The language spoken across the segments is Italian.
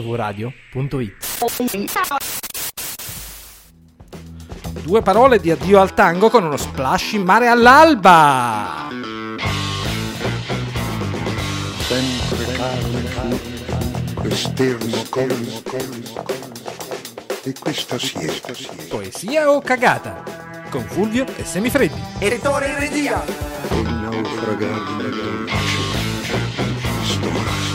mvradio.it Due parole di addio al tango con uno splash in mare all'alba. sempre calmo, esterno colmo, e questa siesta, Poesia o cagata? Con Fulvio e Semifreddi. il naufragare di dolce, stomaco,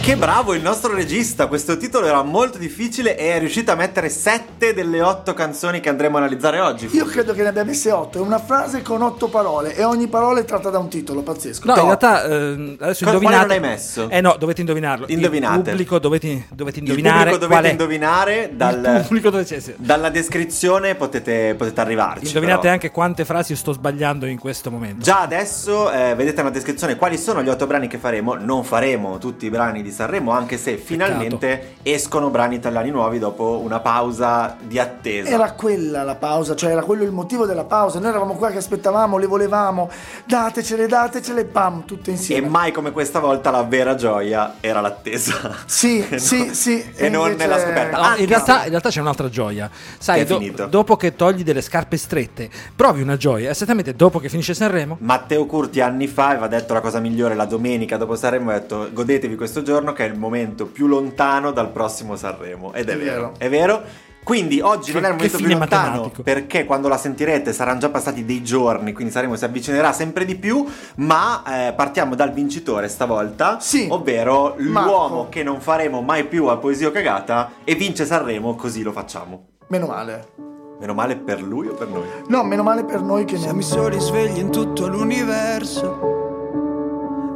Che bravo il nostro regista, questo titolo era molto difficile e è riuscito a mettere 7 delle 8 canzoni che andremo a analizzare oggi. Io credo che ne abbia messe otto. È una frase con otto parole e ogni parola è tratta da un titolo pazzesco. No, No. in realtà ehm, adesso Cosa- indovinate. quale non hai messo? Eh no, dovete indovinarlo. Indovinate. Il pubblico dovete, dovete Il indovinare. pubblico dovete qual è. indovinare Il dal, pubblico dove c'è, sì. dalla descrizione potete, potete arrivarci. Indovinate però. anche quante frasi io sto sbagliando in questo momento. Già adesso eh, vedete nella descrizione quali sono gli otto brani che faremo. Non faremo tutti i brani di Sanremo, anche se finalmente escono brani italiani nuovi dopo una pausa di attesa. Era quella la pausa, cioè era quello il motivo della pausa. Noi eravamo qua che aspettavamo, le volevamo, datecele, datecele, pam, tutte E insieme. mai come questa volta la vera gioia era l'attesa. Sì, E sì, non- sì. E, non invece- Ah, nella scoperta. Ah, No, Anzi, in, realtà, in realtà c'è un'altra gioia. Sai, È do- finito. dopo che togli delle scarpe strette, provi una gioia. Esattamente dopo che finisce Sanremo, Matteo Curti anni fa aveva detto la cosa migliore la domenica dopo Sanremo, ha detto godetevi questo giorno che è il momento più lontano dal prossimo Sanremo. Ed è, È vero, vero. è vero. Quindi oggi Che- non è il che momento più fine lontano matematico. perché quando la sentirete saranno già passati dei giorni, quindi Sanremo si avvicinerà sempre di più, ma eh, partiamo dal vincitore stavolta, Sì. ovvero Marco. l'uomo che non faremo mai più a Poesia o Cagata e vince Sanremo così lo facciamo. Meno male. Meno male per lui o per noi? No, meno male per noi che ne Siamo i soli svegli in tutto l'universo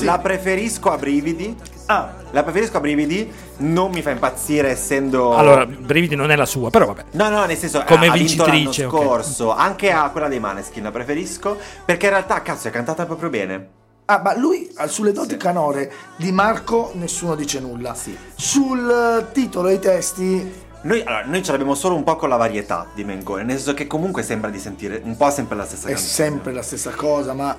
la preferisco a brividi. Ah, la preferisco a brividi. Non mi fa impazzire essendo. allora, brividi non è la sua, però vabbè. No, no, nel senso, Come ha- ha vinto vincitrice, l'anno ok. scorso, anche a quella dei Maneskin la preferisco, perché in realtà, cazzo, è cantata proprio bene. Ah, ma lui ah, sulle doti canore di Marco nessuno dice nulla. Sì. Sul eh, titolo e i testi Noi, allora, noi ce l'abbiamo solo un po' con la varietà di Mengoni, nel senso che comunque sembra di sentire un po' sempre la stessa è canzone. sempre la stessa cosa, ma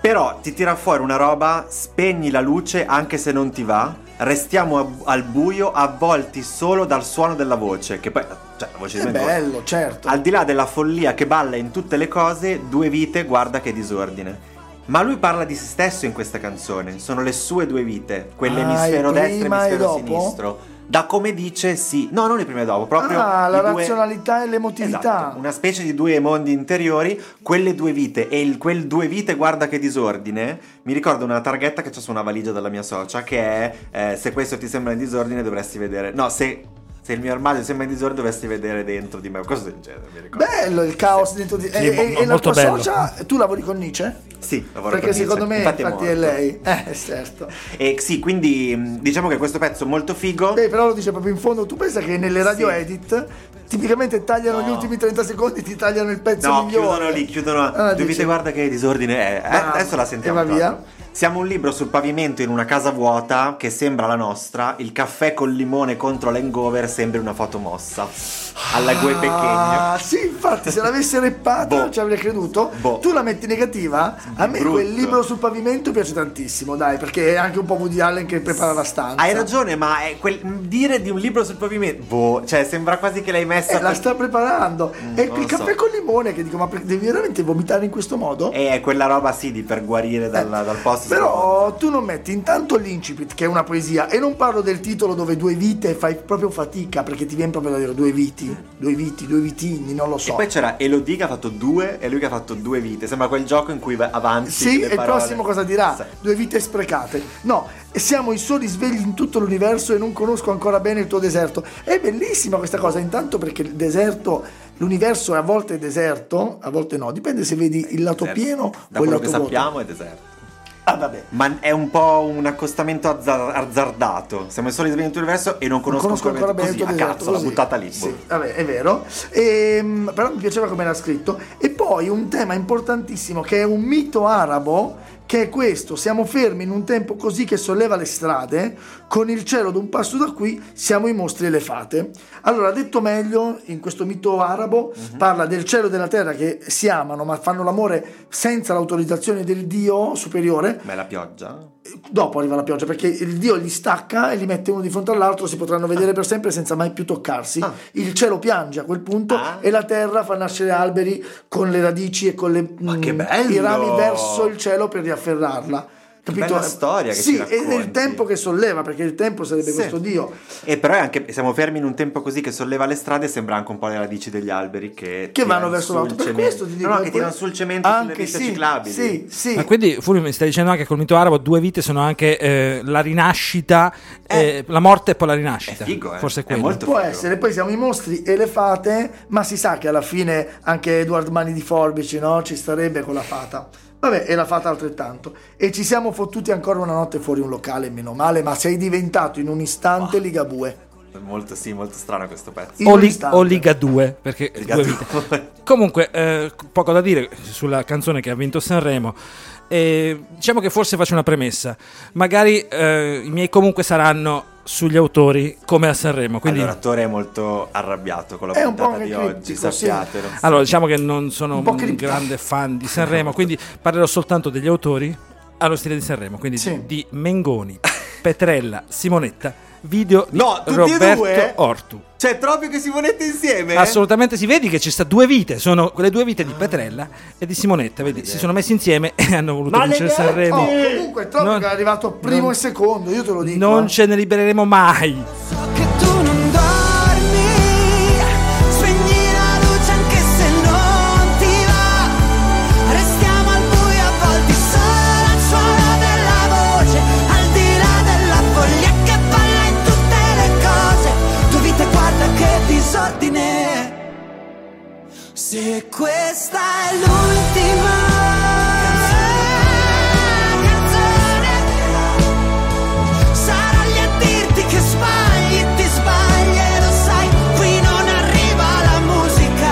Però ti tira fuori una roba, spegni la luce anche se non ti va, restiamo a- al buio, avvolti solo dal suono della voce, che poi, cioè, la voce è di Mengoni bello, certo. Al di là della follia che balla in tutte le cose, due vite, guarda che disordine. Ma lui parla di se stesso in questa canzone, sono le sue due vite, quelle Ah, emisfero il destro e prima e emisfero dopo? sinistro. Da come dice, sì, no, non il prima e dopo, proprio. Ah, i la due- razionalità e l'emotività. Esatto, una specie di due mondi interiori, quelle due vite e il, quel due vite guarda che disordine. Mi ricordo una targhetta che c'è su una valigia della mia socia che è eh, se questo ti sembra in disordine dovresti vedere. No, se, se il mio armadio sembra in disordine dovresti vedere dentro di me, cose del genere, mi ricordo. Bello il caos dentro di... e, mo- e- mo- e la molto tua bello. socia, tu lavori con Nietzsche? Sì, lavoro Perché per Nietzsche. secondo me infatti, è, cioè, morto. lei. Eh, certo. E sì, quindi mh, diciamo che questo pezzo è molto figo. Beh, Eh, però lo dice proprio in fondo, tu pensa che nelle radio Sì. edit tipicamente tagliano No. gli ultimi 30 secondi, ti tagliano il pezzo No, migliore. chiudono lì, chiudono. Allora Dubite, dici, guarda che disordine è. Eh, Bravo. adesso la sentiamo. E va tra l'altro. via. Siamo un libro sul pavimento in una casa vuota che sembra la nostra. Il caffè col limone contro l'hangover sembra una foto mossa. Alla Gue Pechegno. Ah, sì, infatti, se l'avessi reppata Boh. non ci avrei creduto. Boh. Tu la metti negativa? A me Brutto. quel libro sul pavimento piace tantissimo, dai, perché è anche un po' Woody Allen che prepara la stanza. Hai ragione, ma è quel- dire di un libro sul pavimento. Boh, cioè sembra quasi che l'hai messa. Eh, la per- sta preparando. è Mm, non il lo caffè so. con limone che dico, ma per- devi veramente vomitare in questo modo? Eh, è quella roba sì di per guarire dalla- dal posto. Eh, Però tu non metti intanto l'incipit, che è una poesia, e non parlo del titolo dove due vite fai proprio fatica, perché ti viene proprio da dire due viti, due viti, due vitini, non lo E so. poi c'era Elodie che ha fatto due e lui che ha fatto due vite. Sembra quel gioco in cui va- avanti. Sì, le e il parole. prossimo cosa dirà? Sì. Due vite sprecate. No, siamo i soli svegli in tutto l'universo e non conosco ancora bene il tuo deserto. È bellissima questa cosa, intanto perché il deserto, l'universo è a volte deserto, a volte no, dipende se vedi il lato Deserto. pieno da o il quello lato che vuoto. sappiamo è deserto. Ah, vabbè. Ma è un po' un accostamento azzar- azzardato. Siamo in soli del universo e non Non conosco, conosco ancora bene così, il tuo a deserto, cazzo, l'ho così. buttata lì. Sì, boh. vabbè, è vero. Ehm, però mi piaceva come era scritto. E poi un tema importantissimo che è un mito arabo, che è questo: siamo fermi in un tempo così che solleva le strade, con il cielo ad un passo da qui siamo i mostri e le fate. Allora, detto meglio, in questo mito arabo Mhm. parla del cielo e della terra che si amano, ma fanno l'amore senza l'autorizzazione del Dio superiore. Ma è la pioggia? Dopo arriva la pioggia perché il Dio li stacca e li mette uno di fronte all'altro, si potranno vedere per sempre senza mai più toccarsi. Ah. Il cielo piange a quel punto Ah. e la terra fa nascere alberi con le radici e con le, Ma che mm, bello! i rami verso il cielo per riafferrarla. Capito? bella storia che Sì, ci ed è racconti. il tempo che solleva perché il tempo sarebbe Sì. questo Dio. E però è anche, siamo fermi in un tempo così che solleva le strade e sembra anche un po' le radici degli alberi che, Che tirano vanno verso sul l'alto. Per cemento. questo ti dico No, no, è che quel- tirano sul cemento sulle anche piste sì, ciclabili. sì, sì. Ma quindi Fulvio mi stai dicendo anche col mito arabo due vite sono anche eh, la rinascita, eh, la morte e poi la rinascita. È figo, eh. Forse È è quello. molto- Può figo. essere, poi siamo i mostri e le fate, ma si sa che alla fine anche Edward Mani di Forbici, no? Ci starebbe con la fata. Vabbè, e la fata altrettanto. E ci siamo fottuti ancora una notte fuori un locale, meno male, ma sei diventato in un Ah. istante Ligabue. Molto, sì, molto strano questo pezzo. In O, un li- istante. o Liga 2, perché Liga due 2. vite. Comunque, eh, poco da dire sulla canzone che ha vinto Sanremo. Eh, diciamo che forse faccio una premessa. Magari eh, i miei comunque saranno sugli autori come a Sanremo. Quindi, Allora, allora, l'attore è molto arrabbiato con la È un puntata po' di anche oggi, critico, sì. sappiatelo. diciamo che non sono Un po' un, cripta. grande fan di Sanremo, quindi parlerò soltanto degli autori allo stile di Sanremo. Quindi Sì. di Mengoni, Petrella, Simonetta, video di No, tutti e Roberto due? Ortu. Cioè, proprio che si volete Eh? insieme? Assolutamente si vedi che ci sta due vite, sono quelle due Ah. vite di Petrella e di Simonetta, vedi, si sono messi insieme e hanno voluto vincere Sanremo. Oh, comunque, Tropico Non- è arrivato primo non- e secondo, io te lo dico. Non eh. ce ne libereremo mai. So che tu non dormi, spegni la luce anche se non ti va. Restiamo al buio a volte solo al suono della voce, al di là della foglia che balla in tutte le cose. Tu vita guarda che disordine. Se questa è l'ultima canzone Sarò lì a dirti che sbagli, ti sbagli e lo sai, qui non arriva la musica.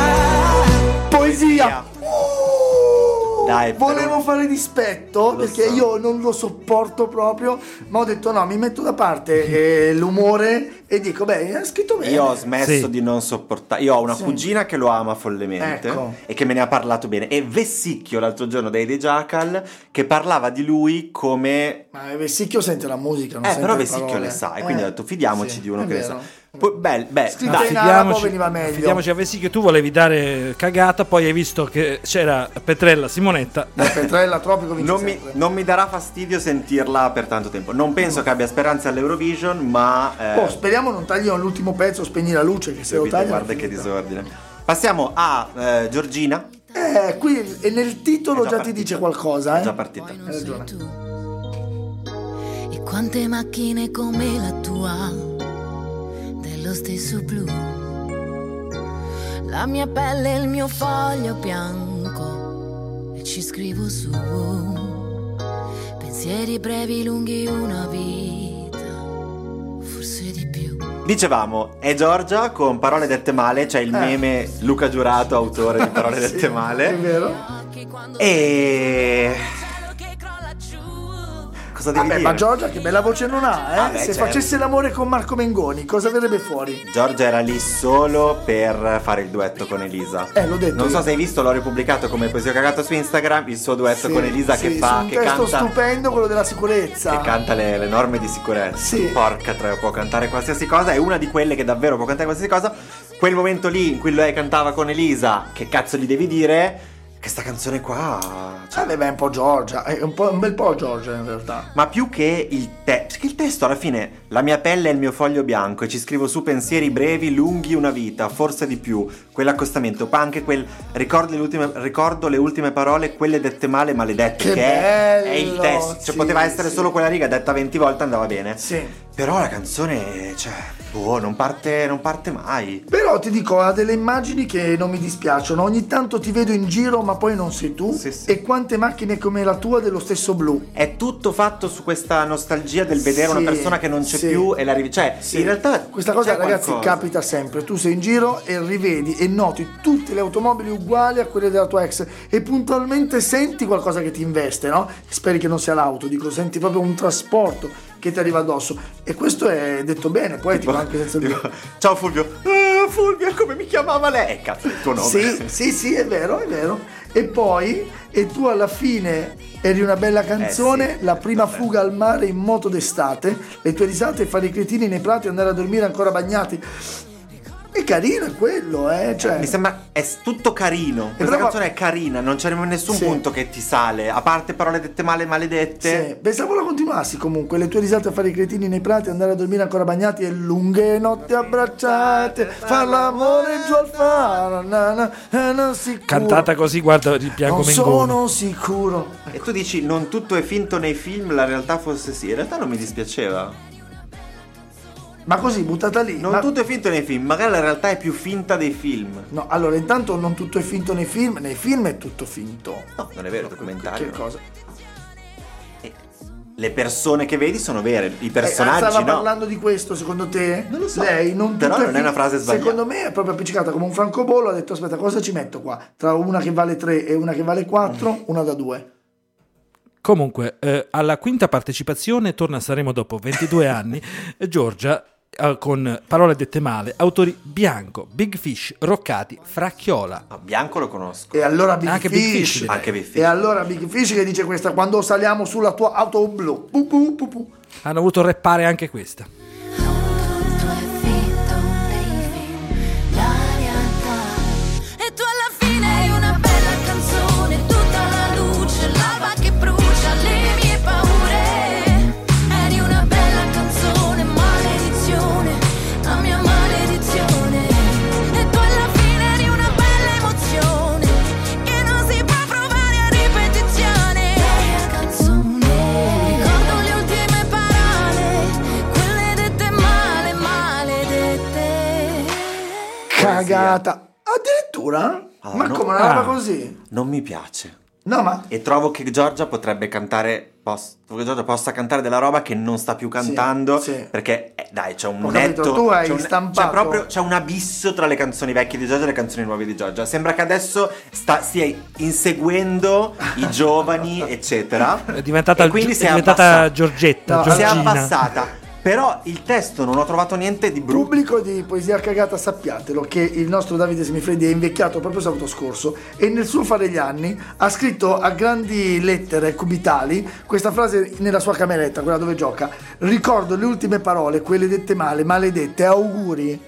Poesia! Uh! Dai, Eh, però- Volevo fare dispetto Lo perché so. io non lo sopporto proprio, ma ho detto no, mi metto da parte eh, l'umore e dico, beh, ha scritto bene. Io ho smesso Sì. di non sopportare. Io ho una Sì. cugina che lo ama follemente Ecco. e che me ne ha parlato bene. E Vessicchio l'altro giorno dai De Jackal che parlava di lui come. Ma Vessicchio sente la musica, non eh, sente però le Vessicchio parole. le sa. E Eh, quindi ho detto fidiamoci sì, di uno è che le sa. vero. Poi, beh, beh, Scritto dai. in- arabo veniva meglio. fidiamoci a Vessicchio, tu volevi dare cagata, poi hai visto che c'era Petrella, Simonetta. Dai, Petrella Tropico vince Non mi, sempre. non mi darà fastidio sentirla per tanto tempo. Non penso che abbia speranze all'Eurovision, ma. eh, Oh, speriamo non taglino l'ultimo pezzo, spegni la luce che se lo guarda taglio. che disordine. Passiamo a eh, Giorgina. Eh, qui e nel titolo È già, ti partita. dice qualcosa, È eh. già partita. Poi non Hai ragione. sei tu. E quante macchine come la tua, dello stesso blu. La mia pelle è il mio foglio bianco e ci scrivo su. Pensieri brevi, lunghi, una vita, forse di più. Dicevamo, è Giorgia con parole dette male, c'è il Eh. meme Luca Giurato, autore di parole Sì, dette È male. vero. Occhi quando Eh. E cielo che crolla giù. cosa devi Vabbè, dire? ma Giorgia che bella voce non ha, eh? Vabbè, Se eh. certo. facesse l'amore con Marco Mengoni, cosa verrebbe fuori? Giorgia era lì solo per fare il duetto con Elisa. Eh, l'ho detto Non so io. se hai visto, l'ho ripubblicato come poesia cagata su Instagram, il suo duetto Sì, con Elisa sì, che fa, su un che testo canta. stupendo, quello della Che sicurezza. canta le, le norme di sicurezza. Sì. Porca troia, può cantare qualsiasi cosa. È una di quelle che davvero può cantare qualsiasi cosa. Quel momento lì in cui lei cantava con Elisa, che cazzo gli devi dire? Che sta canzone qua. cioè, Vabbè, ma Eh, è un po' Giorgia, è un, po', un bel po' Giorgia in realtà. Ma più che il testo, che il testo alla fine, la mia pelle è il mio foglio bianco e ci scrivo su pensieri brevi, lunghi una vita, forse di più, quell'accostamento, poi anche quel ricordo le ultime, ricordo le ultime parole, quelle dette male, maledette, Che è, è il bello, testo, cioè sì, poteva essere sì. solo quella riga detta 20 volte andava bene. Sì. Però la canzone, cioè, Boh, non parte, non parte mai. Però ti dico, ha delle immagini che non mi dispiacciono. Ogni tanto ti vedo in giro, ma poi non sei tu. Sì, sì. E quante macchine come la tua dello stesso blu. È tutto fatto su questa nostalgia del vedere Sì, una persona che non c'è sì. più e la rivi- Cioè, Sì. in realtà. questa cosa, c'è ragazzi, qualcosa. capita sempre. Tu sei in giro e rivedi e noti tutte le automobili uguali a quelle della tua ex. E puntualmente senti qualcosa che ti investe, no? Speri che non sia l'auto, dico, senti proprio un trasporto che ti arriva addosso. E questo è detto bene, poetico anche senza Tipo, dubbio. Ciao Fulvio. Ah, Fulvio, come mi chiamava lei? "Eh, Cazzo, il tuo nome. Sì, sì, sì, è vero, è vero. E poi, e tu alla fine eri una bella canzone, Eh sì, la prima vabbè. fuga al mare in moto d'estate, le tue risate, fare i cretini nei prati, andare a dormire ancora bagnati. È carino quello, eh. Cioè, Mi sembra è s- tutto carino. Questa però- canzone è carina, non c'è nessun Sì. punto che ti sale, a parte parole dette male e maledette. sì, pensavo la continuassi comunque, le tue risate a fare i cretini nei prati, andare a dormire ancora bagnati e lunghe notti abbracciate, far l'amore giù al faro, na, na, na, na, sicuro. Cantata così, eh, guarda, ripiango Uh. Non Mengoni. sono sicuro. E tu dici non tutto è finto nei film, la realtà fosse sì. In realtà non mi dispiaceva. Ma così, buttata lì. Non ma- tutto è finto nei film, magari la realtà è più finta dei film. No, allora intanto non tutto è finto nei film, nei film è tutto finto. No, non è vero, Che documentario. no. cosa? Le persone che vedi sono vere, i Eh, personaggi stava no. parlando di questo, secondo te? Non lo so. Lei non Però tutto non è una finto. frase sbagliata. Secondo me è proprio appiccicata come un francobollo, ha detto "Aspetta, cosa ci metto qua? Tra una che vale 3 e una che vale 4, Mm. una da 2". Comunque, eh, alla quinta partecipazione torna a Sanremo dopo 22 anni Giorgia eh, con parole dette male, autori Bianco, Big Fish, Roccati, Fracchiola. No, Bianco lo conosco. E allora Big Anche Big Fish. Fish, direi. Anche Big Fish. E allora Big Fish che dice questa quando saliamo sulla tua auto blu. Pu, pu, pu, pu. Hanno voluto reppare anche questa. Tutto è finto nei film, la realtà. E tu alla fine hai una bella canzone, tutta la luce, lava che brucia le mie paure. Eri una bella canzone, maledizione, la mia maledizione. E tu alla fine eri una bella emozione, che non si può provare a ripetizione. Bella canzone, ricordo le ultime parole, quelle dette male, maledette. Cagata. Addirittura? Ah, ma no. come una roba Ah. così? Non mi piace. No, ma E trovo che Giorgia potrebbe cantare. pos- trovo che Giorgia possa cantare della roba che non sta più cantando. sì. Perché, eh, dai, c'è un Ho netto. capito, tu hai c'è un, stampato- C'è proprio c'è un abisso tra le canzoni vecchie di Giorgia e le canzoni nuove di Giorgia. Sembra che adesso sta- stia inseguendo i giovani, eccetera. È diventata, E quindi è si è diventata abbassata. Giorgetta, No, Si è Giorgina. abbassata. Però il testo non ho trovato niente di brutto. Pubblico di Poesia Cagata, sappiatelo che il nostro Davide Semifreddi è invecchiato proprio sabato scorso e nel suo fare gli anni ha scritto a grandi lettere cubitali questa frase nella sua cameretta, quella dove gioca. Ricordo le ultime parole, quelle dette male, maledette, auguri.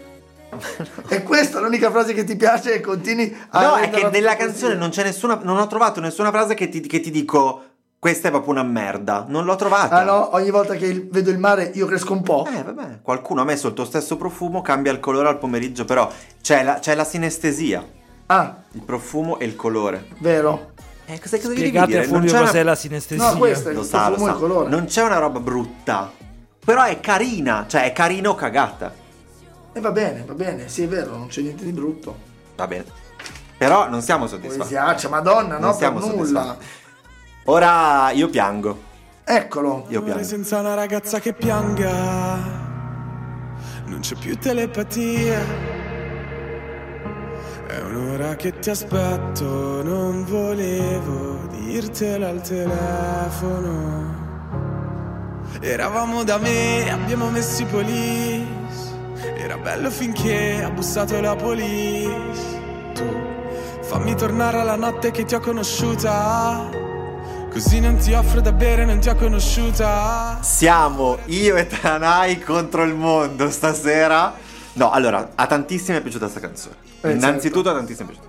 e questa è l'unica frase che ti piace e continui a... No, è renderla che nella Ah, così. canzone non c'è nessuna. Non ho trovato nessuna frase che ti, che ti dico. Questa è proprio una merda. Non l'ho trovata. Ah no, ogni volta che il- vedo il mare io cresco un po'. Eh, vabbè, qualcuno ha messo il tuo stesso profumo, cambia il colore al pomeriggio, però c'è la, c'è la sinestesia, Ah, il profumo e il colore. vero. Eh, cosa, cosa devi Spiegate dire? a Fulvio c'è una- cos'è la sinestesia. No, questa è Lo il sa, lo profumo e il sa. colore. Non c'è una roba brutta, però è carina, cioè è carino cagata. E va bene, va bene, sì è vero, non c'è niente di brutto. Va bene. Però non siamo soddisfatti. Poesiaccia, madonna, Non no, per siamo nulla. soddisfatti. Ora io piango, Eccolo. io piango. senza una ragazza che pianga. Non c'è più telepatia. È un'ora che ti aspetto, non volevo dirtelo al telefono. Eravamo da me, abbiamo messo i polis. Era bello finché ha bussato la polis. Tu fammi tornare alla notte che ti ho conosciuta. Così non ti offro da bere, non ti ho conosciuta. Siamo io e Tanai contro il mondo stasera. No, allora, a tantissimi è piaciuta questa canzone. Eh, Innanzitutto a tantissimi è piaciuta.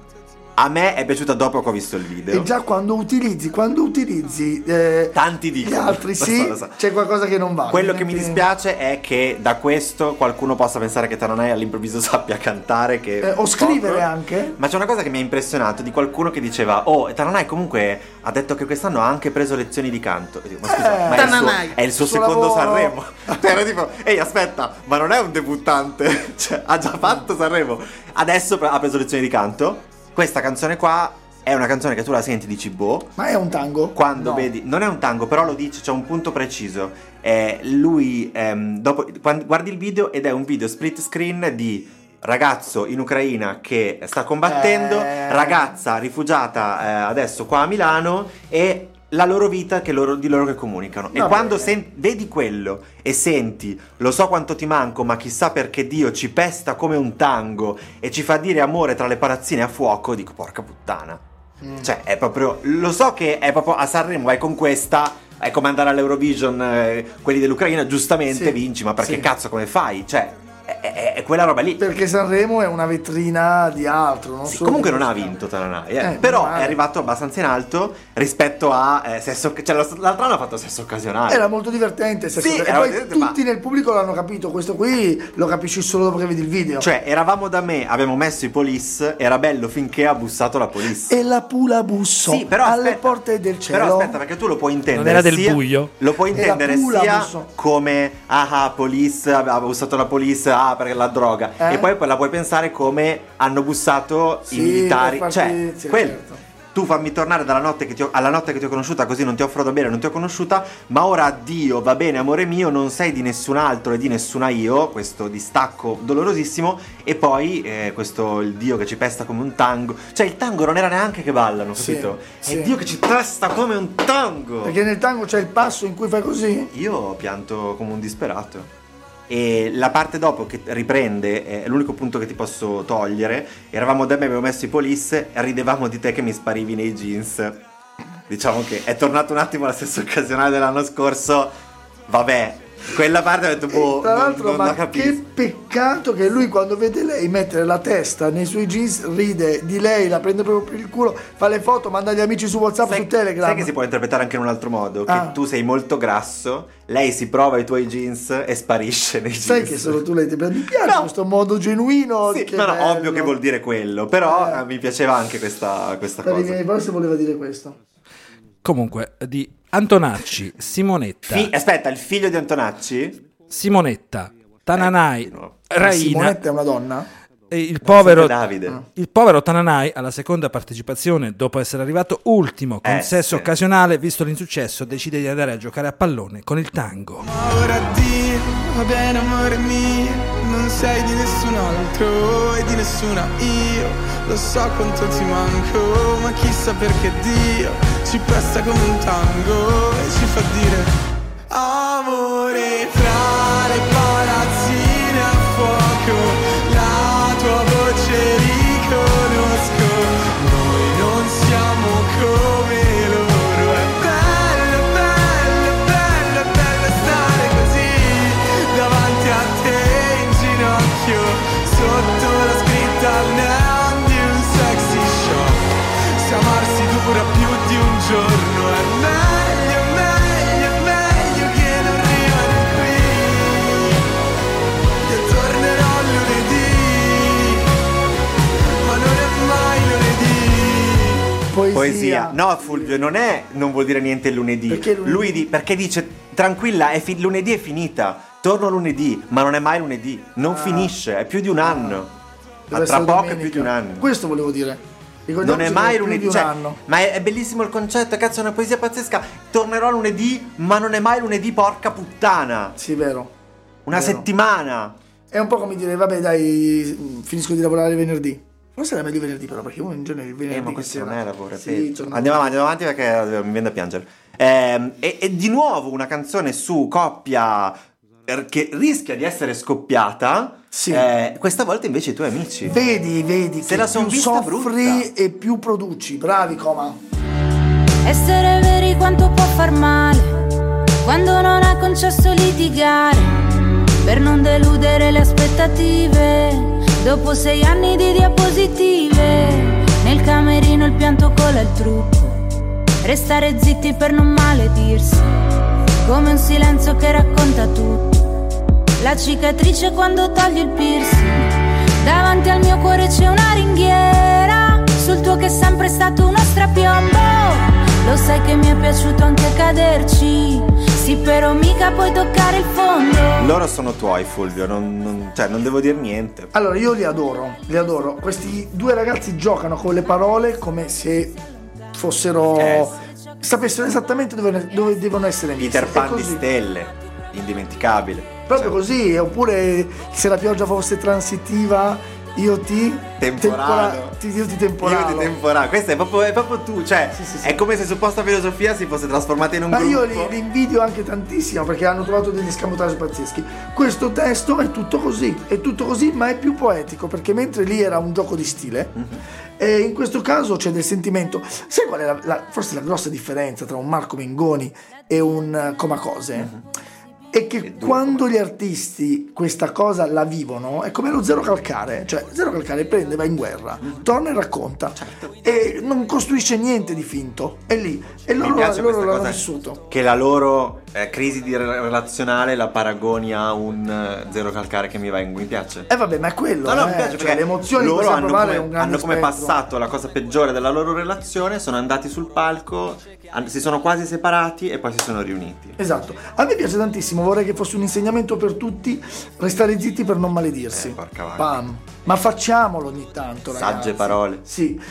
A me è piaciuta dopo che ho visto il video. E già quando utilizzi, quando utilizzi eh, Tanti gli dicono. altri Lo so, sì, Cioè, lo so. c'è qualcosa che non va. Quello che mi Quindi- dispiace è che da questo qualcuno possa pensare che Tananai all'improvviso sappia cantare che Eh, o scrivere anche. Ma c'è una cosa che mi ha impressionato di qualcuno che diceva "Oh, Tananai comunque ha detto che quest'anno ha anche preso lezioni di canto". E dico, ma scusa, Eh, ma è il suo, Tananai, è il suo suo secondo lavoro. Sanremo. Cioè, era tipo "Ehi, aspetta, ma non è un debuttante, cioè ha già fatto Sanremo. Adesso pre- ha preso lezioni di canto". Questa canzone qua è una canzone che tu la senti e dici "Boh, Ma è un tango? quando No. vedi non è un tango però lo dice c'è un punto preciso Eh, lui ehm, dopo quan- guardi il video ed è un video split screen di ragazzo in Ucraina che sta combattendo Eh. ragazza rifugiata eh, adesso qua a Milano e la loro vita che loro- di loro che comunicano e Va quando bene. sen- vedi quello e senti lo so quanto ti manco ma chissà perché Dio ci pesta come un tango e ci fa dire amore tra le palazzine a fuoco dico porca puttana Mm. cioè, è proprio. Lo so che è proprio a Sanremo, vai con questa. È come andare all'Eurovision, eh, quelli dell'Ucraina, giustamente Sì, vinci, ma perché sì. cazzo come fai? Cioè, è, è- è quella roba lì. Perché Sanremo è una vetrina di altro, non Sì, solo comunque di non ha musica. vinto Tananai, eh. Eh, però male. è arrivato abbastanza in alto rispetto a eh, sesso. Cioè, lo- l'altro anno ha fatto sesso occasionale. Era molto divertente, se Sì, so- e era poi divertente, ma- tutti nel pubblico l'hanno capito, questo qui lo capisci solo dopo che vedi il video. Cioè, eravamo da me, abbiamo messo i polis, era bello finché ha bussato la polis. e la pula busso Sì, però alle aspetta, porte del cielo. Però aspetta, perché tu lo puoi intendere. era del sia- buio? Lo puoi Era intendere pula, sia non so. come ah, ah police, ah, ha bussato la police, ah, perché la droga. Eh? E poi la puoi pensare come hanno bussato Sì, i militari. per cioè, farti- sì, quello. certo. Tu fammi tornare dalla notte che ti ho- alla notte che ti ho conosciuta, così non ti ho offro bene, non ti ho conosciuta, ma ora addio, va bene, amore mio, non sei di nessun altro e di nessuna io, questo distacco dolorosissimo, e poi eh, questo il Dio che ci pesta come un tango. Cioè il tango non era neanche che ballano, Sì, capito? È sì. Dio che ci testa come un tango. Perché nel tango c'è il passo in cui fai così. Io pianto come un disperato. E la parte dopo che riprende, è l'unico punto che ti posso togliere. Eravamo da me, abbiamo messo i polis, ridevamo di te che mi sparivi nei jeans. Diciamo che è tornato un attimo la stessa occasionale dell'anno scorso. Vabbè, quella parte ho detto, boh, Tra non- l'altro, non la ma capisco. che peccato che lui quando vede lei mettere la testa nei suoi jeans ride di lei, la prende proprio per il culo, fa le foto, manda agli amici su WhatsApp, su Telegram. sai che si può interpretare anche in un altro modo? Che Ah. tu sei molto grasso, lei si prova i tuoi jeans e sparisce nei Sai jeans. che solo tu lei ti prendi piace No. questo modo genuino. Sì, Oh, che no, no, bello. ovvio che vuol dire quello, però Eh. eh, mi piaceva anche questa, questa Per i cosa. miei forse voleva dire questo. Comunque, di Antonacci, Simonetta, Fi- aspetta, il figlio di Antonacci? Simonetta, Tananai, Eh, no. Raina, Simonetta è una donna? e il povero... Sempre Ah. Davide. Il povero Tananai alla seconda partecipazione, dopo essere arrivato ultimo con Eh, sesso sì. occasionale, visto l'insuccesso, decide di andare a giocare a pallone con il tango. Ora Dio, va bene amore mio, non sei di nessun altro e di nessuna io, lo so quanto ti manco, ma chissà perché Dio ci presta come un tango e ci fa dire amore fra le palazzine a fuoco, la tua voce riconosco, noi non siamo come loro, è bello, bello, bello, bello stare così davanti a te in ginocchio sotto la scritta al neon di un sexy shop se amarsi dura più di un giorno è meglio, meglio, meglio che non rimani qui io tornerò lunedì ma non è mai lunedì Poesia. Poesia. No, Fulvio, non è non vuol dire niente il lunedì. Perché lunedì? Lui di- perché dice tranquilla, è fi- lunedì è finita. Torno lunedì, ma non è mai lunedì, non finisce, è più di un anno. Ah. Deve Ma tra essere poco è domenica. più di un anno. Questo volevo dire. Non è Ricordiamoci mai che più lunedì, di un cioè, anno. ma è, è bellissimo il concetto, cazzo, è una poesia pazzesca. Tornerò lunedì, ma non è mai lunedì, porca puttana. Sì, vero. Una Vero. settimana. È un po' come dire, vabbè, dai, mh, finisco di lavorare venerdì. Forse era meglio il venerdì, però, perché uno in genere il venerdì. Eh, ma che questo sera- non è lavoro, è Sì, peggio. torna- Andiamo avanti, andiamo avanti perché eh, mi viene da piangere. Ehm, e, e di nuovo una canzone su coppia er- che rischia di essere scoppiata. Sì. Eh, questa volta invece i tuoi amici. Vedi, vedi, Se che la son più vista soffri brutta. e più produci. Bravi, coma. Essere veri quanto può far male quando non ha concesso litigare per non deludere le aspettative dopo sei anni di diapositive nel nel camerino il pianto cola il trucco. Restare zitti per non maledirsi, come un silenzio che racconta tutto. La cicatrice quando togli il piercing. Davanti al mio cuore c'è una ringhiera, sul tuo che è sempre stato uno strapiombo. Lo sai che mi è piaciuto anche caderci, sì però mica puoi toccare il fondo. Loro sono tuoi, Fulvio, non, non- cioè, non devo dire niente. Allora, io li adoro, li adoro. Questi due ragazzi giocano con le parole come se fossero. Eh, sapessero esattamente dove, dove devono essere messi. Peter È Pan di così. stelle, indimenticabile. Proprio Cioè, così, oppure se la pioggia fosse transitiva, io ti. Temporalo. tempora- ti, io ti Io temporalo. di temporale, questa è proprio, è proprio tu, cioè Sì, sì, sì. è come se su posta filosofia si fosse trasformata in un Ma io gruppo. li, li invidio anche tantissimo perché hanno trovato degli scamotage pazzeschi. Questo testo è tutto così, è tutto così, ma è più poetico perché mentre lì era un gioco di stile, Mhm. eh, in questo caso c'è del sentimento. Sai qual è la- la- forse la grossa differenza tra un Marco Mengoni e un eh, Comacose? Mhm. È che due quando gli artisti questa cosa la vivono è come lo zero calcare, cioè zero calcare prende, va in guerra, Mhm. torna e racconta Certo. e non costruisce niente di finto, è lì e Mi loro, piace loro questa l'hanno cosa vissuto. che la loro eh, crisi di re- relazionale la paragoni a un eh, zero calcare che mi va in mi piace. E vabbè, ma è quello. No, no, eh, mi piace cioè, perché le emozioni che loro possiamo hanno provare come, è un grande hanno come spettro. passato la cosa peggiore della loro relazione, sono andati sul palco, an- si sono quasi separati e poi si sono riuniti. Esatto. A me piace tantissimo, vorrei che fosse un insegnamento per tutti, restare zitti per non maledirsi. Eh, porca vacca. Pam. Ma facciamolo ogni tanto, ragazzi. Sagge parole. Sì.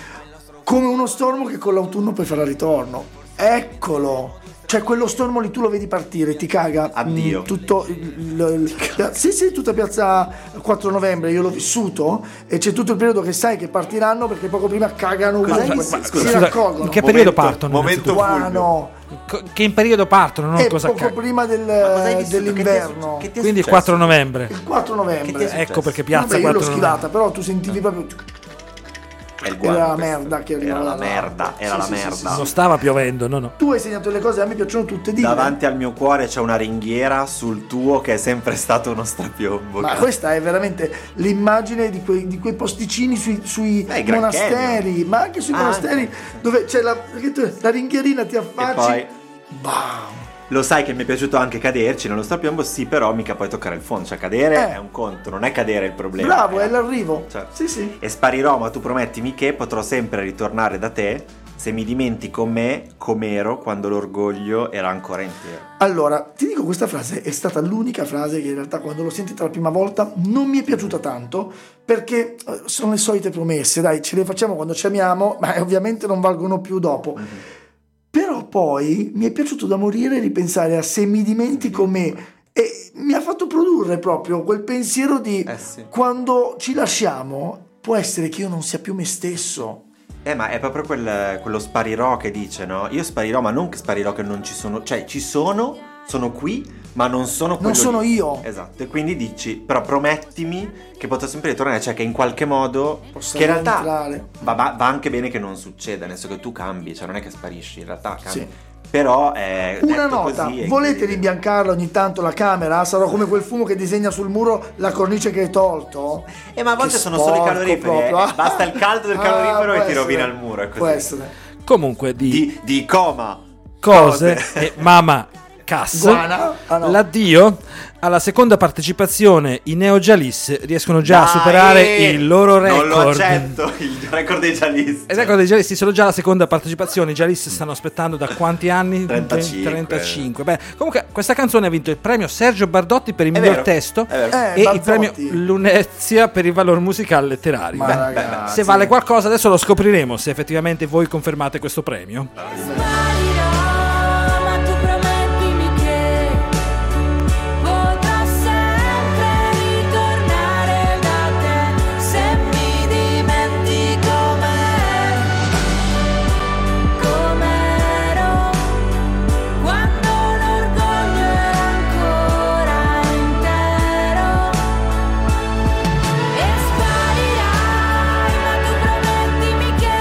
Come uno stormo che con l'autunno poi farà ritorno. Eccolo. Cioè, quello stormo lì tu lo vedi partire, ti caga. Addio. Mm, tutto il- il- il- sì, sì, tutta piazza 4 novembre, io l'ho vissuto. E c'è tutto il periodo che sai che partiranno perché poco prima cagano Cos'è ovunque, che- si, scusa, si scusa, raccolgono. Che periodo partono, Momento Fulvio. Guano. Co- Che in periodo partono, non e cosa Eh, poco accade. prima del- Ma cosa hai vissuto? Che ti è Eh, dell'inverno. succe- che ti è Quindi il successo? 4 novembre. Eh, Il 4 Che ti è novembre. successo? Ecco perché piazza Vabbè, io l'ho 4 novembre. schivata, però tu sentivi proprio. È il guano Era la questo. merda che era arrivava la là. merda, era Sì, la sì, sì, merda. Non stava piovendo, no, no. Tu hai segnato le cose, a me piacciono tutte. Dille. Davanti al mio cuore c'è una ringhiera sul tuo che è sempre stato uno strapiombo. Ma cazzo. questa è veramente l'immagine di quei, di quei posticini sui, sui Beh, i Gran monasteri, ma anche sui Eh, Ah, monasteri dove c'è la, che tu- la ringhierina ti E affacci. poi Lo sai che mi è piaciuto anche caderci nello strapiombo, sì, però mica puoi toccare il fondo, cioè cadere Eh. è un conto, non è cadere il problema. Bravo, Eh. è l'arrivo. Cioè, Sì, sì. E sparirò, ma tu promettimi che potrò sempre ritornare da te se mi dimenti con me com'ero quando l'orgoglio era ancora intero. Allora, ti dico questa frase è stata l'unica frase che in realtà quando l'ho sentita la prima volta non mi è piaciuta tanto perché eh, sono le solite promesse, dai, ce le facciamo quando ci amiamo, ma eh, ovviamente non valgono più dopo. Mhm. Però poi mi è piaciuto da morire ripensare a se mi dimentico me e mi ha fatto produrre proprio quel pensiero di Eh sì. quando ci lasciamo può essere che io non sia più me stesso. Eh, ma è proprio quel- quello sparirò che dice, no? Io sparirò, ma non che sparirò che non ci sono, cioè ci sono, sono qui, ma non sono quello Non sono lì. io. Esatto, e quindi dici, però promettimi che potrò sempre ritornare, cioè che in qualche modo, Posso che in realtà rientrare. va, va- va anche bene che non succeda, nel senso che tu cambi, cioè non è che sparisci, in realtà cambi. Sì. Però eh, è Una nota, volete rimbiancare rimbiancarla ogni tanto la camera? Sarò come quel fumo che disegna sul muro la cornice che hai tolto? Eh, ma a volte Che sono solo i sporco caloriferi, proprio. Ah, eh. Basta il caldo del calorifero può e ti essere. rovina il muro, è così. Può essere. Comunque di, di, di coma. cose e mamma Cass. Guana? Ah, no. L'addio alla seconda partecipazione i Neo Gialis riescono già a Dai! superare il loro record. Non lo accetto, il record dei giallisti. E ecco dei Gialisti, sono già la seconda partecipazione. I Gialisti stanno aspettando da quanti anni? 35. 35. Beh, comunque, questa canzone ha vinto il premio Sergio Bardotti per il È miglior vero, testo è vero. Eh, e il Barzotti. premio Lunezia per il valore musicale e letterario. Ma Beh, ragazzi. se vale qualcosa, adesso lo scopriremo se effettivamente voi confermate questo premio. Ah. Sparirò, ma tu promettimi che potrò sempre ritornare da te se mi dimentico me, com'ero, quando l'orgoglio era ancora intero. E sparirai, ma tu promettimi che